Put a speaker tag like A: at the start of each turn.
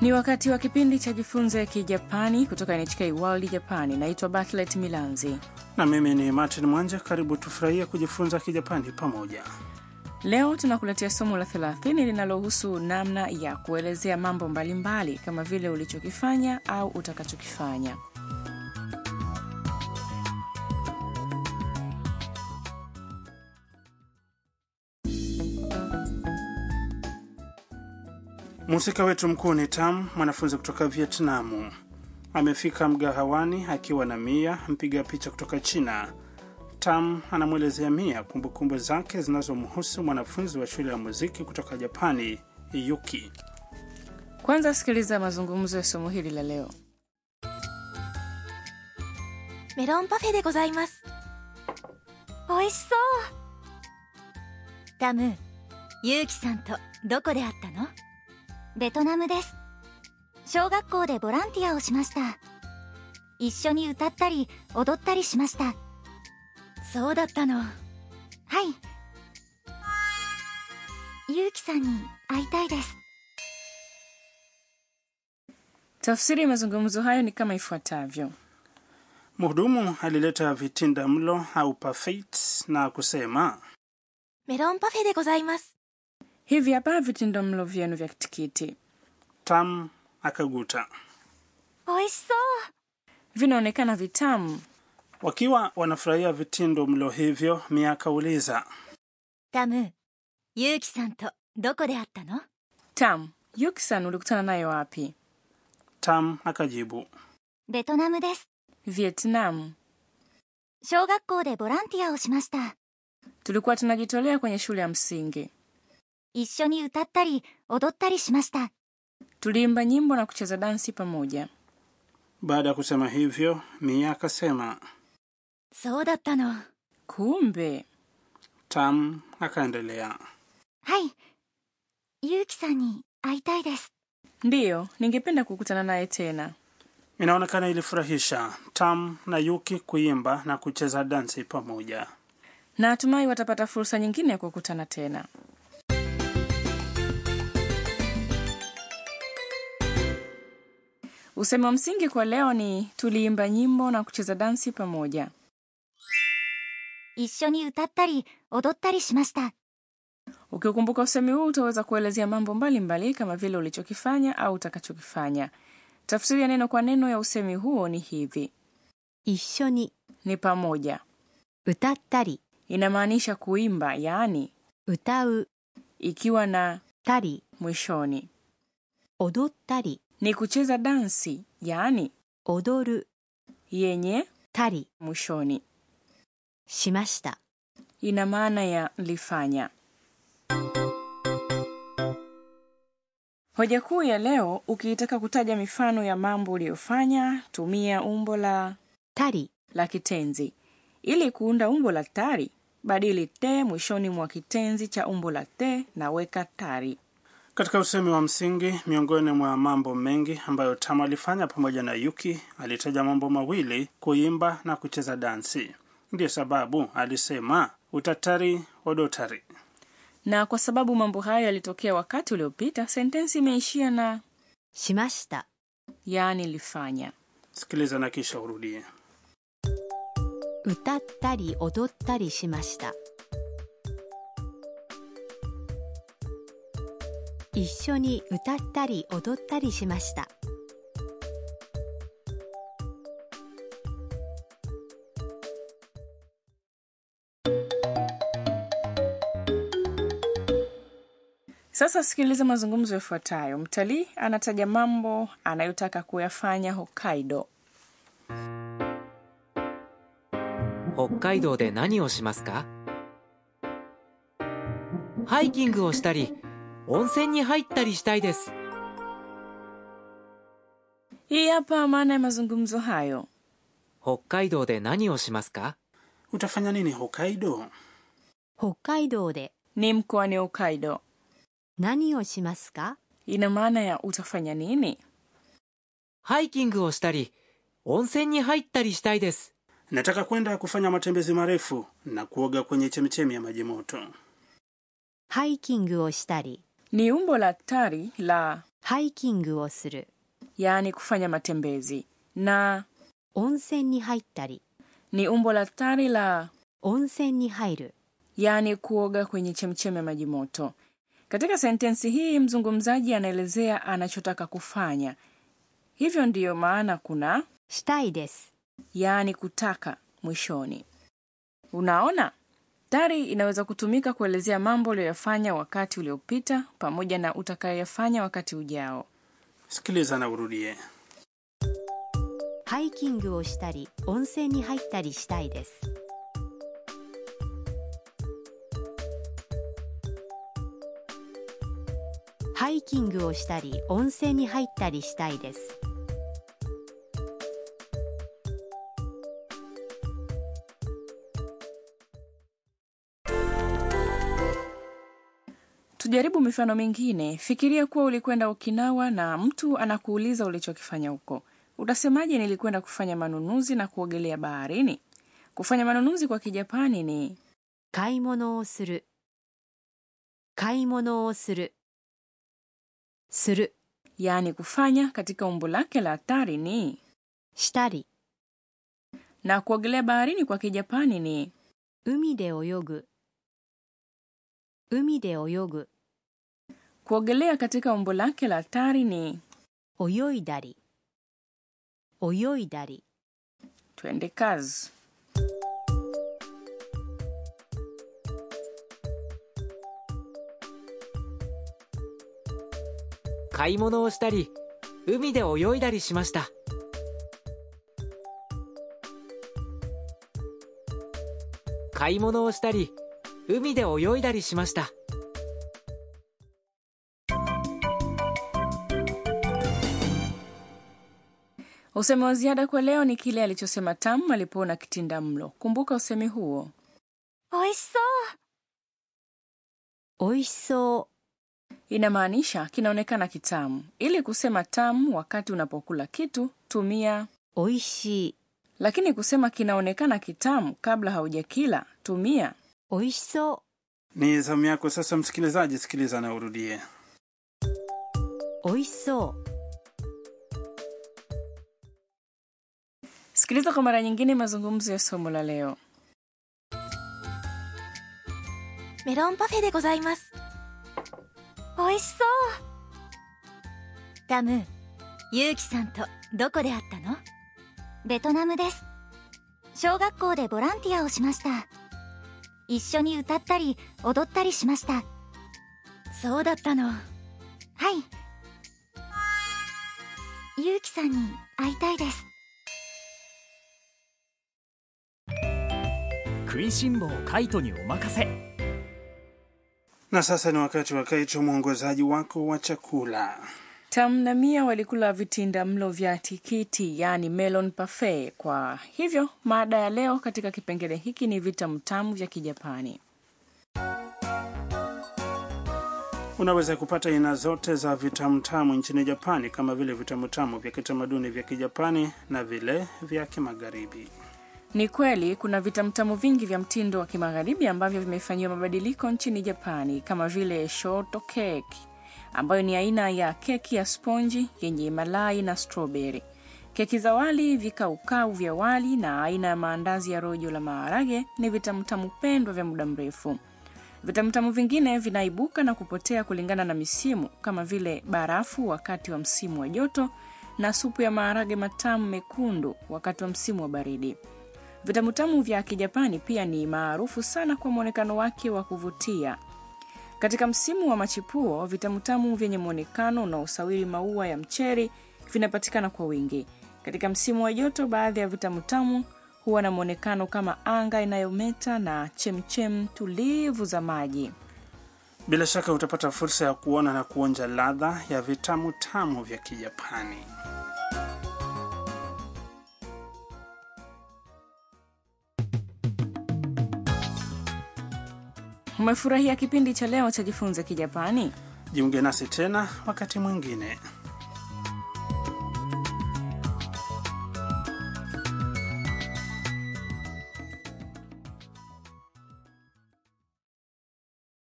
A: Ni wakati wa kipindi cha Jifunze Kijapani kutoka NHK World Japani. Naitwa Bartlett Milanzi.
B: Na mimi ni Martin Mwanja. Karibu tufurahie kujifunza Kijapani pamoja.
A: Leo tunakuletea somo la 30 linalohusu namna ya kuelezea mambo mbalimbali mbali, kama vile ulichokifanya au utakachokifanya.
B: Mhusika wetu mkuu ni Tam, mwanafunzi kutoka Vietnamu. Amefika mgahawani akiwa na Mia, mpiga picha kutoka China. Tam anamwelezea Mia kumbukumbu zake zinazomhusu mwanafunzi wa shule ya muziki kutoka Japani, Yuki.
A: Kwanza sikiliza mazungumzo ya somo hili la leo.
C: メロンパフェでございます。美味しそうタム、ユウキさんとどこで会ったのベトナムです。小学校でボランティアをしました。一緒に歌ったり踊ったりしました。そうだったの。はい。ユウキさんに会いたいです。
A: Tafsiri ya mazungumzo hayo ni kama ifuatavyo:
B: Mhudumu alileta vitinda mlo au parfait na kusema,
C: メロンパフェでございます。
A: hivi hapa vitindo mlo vyenu vya tikiti
B: Tam akaguta.
C: 美味しそう。
A: vinaonekana vitamu.
B: Wakiwa wanafurahia vitindo mlo hivyo, Mia akauliza,
C: タム、ユウキさんとどこで会ったの
A: Tam, Yuki-san ulikutana nayo wapi?
B: Tam akajibu.
C: ベトナムです。
A: Vietnam.
C: 小学校でボランティアをしました。
A: Tulikuwa tunajitolea kwenye shule ya msingi,
C: 一緒に歌ったり踊ったりしました。
A: tuliimba nyimbo na kucheza dansi pamoja.
B: Baada ya kusema hivyo, Mia akasema.
C: そうだったの。は
A: Kumbe
B: Tam akaendelea.
C: い。ゆうきさんに会いたいです。
A: ndiyo, ningependa kukutana naye tena.
B: Inaonekana ilifurahisha Tam na Yuki kuimba na kucheza dansi pamoja.
A: na natumai watapata fursa nyingine ya kukutana tena. Usemi wa msingi kwa leo ni tuliimba nyimbo na kucheza dansi pamoja.
C: 一緒に歌ったり踊ったりしました。
A: Ukiukumbuka usemi huu utaweza kuelezea mambo mbalimbali mbali, kama vile ulichokifanya au utakachokifanya. Tafsiri ya neno kwa neno ya usemi huo ni hivi:
D: 一緒に
A: ni pamoja,
D: 歌ったり
A: inamaanisha kuimba, yaani
D: 歌う
A: ikiwa na
D: たり
A: mwishoni,
D: 踊ったり
A: ni kucheza dansi, yaani
D: 踊る
A: yenye
D: たり
A: mwishoni
D: しました。
A: ina maana ya lifanya. Hoja kuu ya leo, ukiitaka kutaja mifano ya mambo uliyofanya, tumia umbo la
D: たり
A: la kitenzi. Ili kuunda umbo la tari, badili te mwishoni mwa kitenzi cha umbo la te na weka tari.
B: Katika usemi wa msingi, miongoni mwa mambo mengi ambayo Tam alifanya pamoja na Yuki, alitaja mambo mawili: kuimba na kucheza dansi. Ndiyo sababu alisema utatari odotari.
A: Na kwa sababu mambo hayo yalitokea wakati uliopita, sentensi imeishia na
D: しました。
A: yaani lifanya.
B: Sikiliza na kisha urudie.
D: 歌ったり踊ったりしました。一緒に歌ったり踊ったりしました。
A: Sasa sikiliza mazungumzo yafuatayo. Mtalii anataja mambo anayotaka kuyafanya Hokkaido.
E: 北海道で何をしますかハイキングをしたり温泉に入ったりしたいです
A: Hii hapa maana ya mazungumzo hayo.
E: 北海道で何をしますか
B: Utafanya nini Hokkaido?
D: 北海道で
A: Ni mkoani Hokkaido,
D: 何をしますか
A: ina maana ya utafanya nini.
E: ハイキングをしたり温泉に入ったりしたいです
B: Nataka kwenda kufanya matembezi marefu na kuoga kwenye chemchemi ya maji moto.
D: ハイキングをしたり
A: に umbo la tari la
D: ハイキングをする
A: yaani kufanya matembezi na
D: 温泉に入ったり
A: ni umbo la tari la
D: 温泉に入る
A: yaani kuoga kwenye chemchemi ya maji moto katika sentensi hii mzungumzaji anaelezea anachotaka kufanya hivyo ndiyo maana kuna
D: したいです
A: yaani kutaka mwishoni unaona tari inaweza kutumika kuelezea mambo uliyoyafanya wakati uliopita pamoja na utakayoyafanya wakati ujao
B: sikiliza na urudie
D: ハイキングをしたり温泉に入ったりしたいですハイキングをしたり温泉に入ったりしたいです
A: tujaribu mifano mingine fikiria kuwa ulikwenda okinawa na mtu anakuuliza ulichokifanya huko utasemaje nilikwenda kufanya manunuzi na kuogelea baharini kufanya manunuzi kwa kijapani ni
D: 買い物をする買い物をするする
A: yaani kufanya katika umbo lake la hatari ni
D: したり
A: na kuogelea baharini kwa kijapani ni
D: 海で泳ぐ海で泳ぐ
A: kuogelea katika umbo lake la hatari ni
D: 泳いだり泳いだり
A: twende kazi
E: 買い物をしたり海で泳いだりしました買い物をしたり海で泳いだりしました
A: usemi wa ziada kwa leo ni kile alichosema tam alipoona kitinda mlo kumbuka usemi huo
C: 美味しそう
D: おいしそ
A: inamaanisha kinaonekana kitamu ili kusema tamu wakati unapokula kitu tumia
D: うおいしい
A: lakini kusema kinaonekana kitamu kabla haujakila tumia
D: おいしそ
B: ni zamu yako sasa msikilizaji sikiliza na urudie
D: うおいしそう
A: sikiliza kwa mara nyingine mazungumzo ya somo la leo
C: メロンパフェでございます美味しそうダムユウキさんとどこで会ったのベトナムです小学校でボランティアをしました一緒に歌ったり踊ったりしましたそうだったのはいユウキさんに会いたいです
F: 食いしん坊カイトにお任せ
B: na sasa ni wakati wa kaicho mwongozaji wako wa chakula
A: tam na mia walikula vitinda mlo vya tikiti yaani melon parfait kwa hivyo maada ya leo katika kipengele hiki ni vitamutamu vya kijapani
B: unaweza kupata aina zote za vitamutamu nchini japani kama vile vitamutamu vya kitamaduni vya kijapani na vile vya kimagharibi
A: ni kweli kuna vitamutamu vingi vya mtindo wa kimagharibi ambavyo vimefanyiwa mabadiliko nchini japani kama vile shoto cake ambayo ni aina ya keki ya sponji yenye malai na stroberi keki za wali vikaukau vya wali na aina ya maandazi ya rojo la maharage ni vitamutamu pendwa vya muda mrefu vitamutamu vingine vinaibuka na kupotea kulingana na misimu kama vile barafu wakati wa msimu wa joto na supu ya maharage matamu mekundu wakati wa msimu wa baridi vitamutamu vya kijapani pia ni maarufu sana kwa mwonekano wake wa kuvutia katika msimu wa machipuo vitamutamu vyenye mwonekano unaosawiri maua ya mcheri vinapatikana kwa wingi katika msimu wa joto baadhi ya vitamutamu huwa na mwonekano kama anga inayometa na chemchem tulivu za maji
B: bila shaka utapata fursa ya kuona na kuonja ladha ya vitamutamu vya kijapani
A: umefurahia kipindi cha leo cha jifunze kijapani
B: jiunge nasi tena wakati mwingine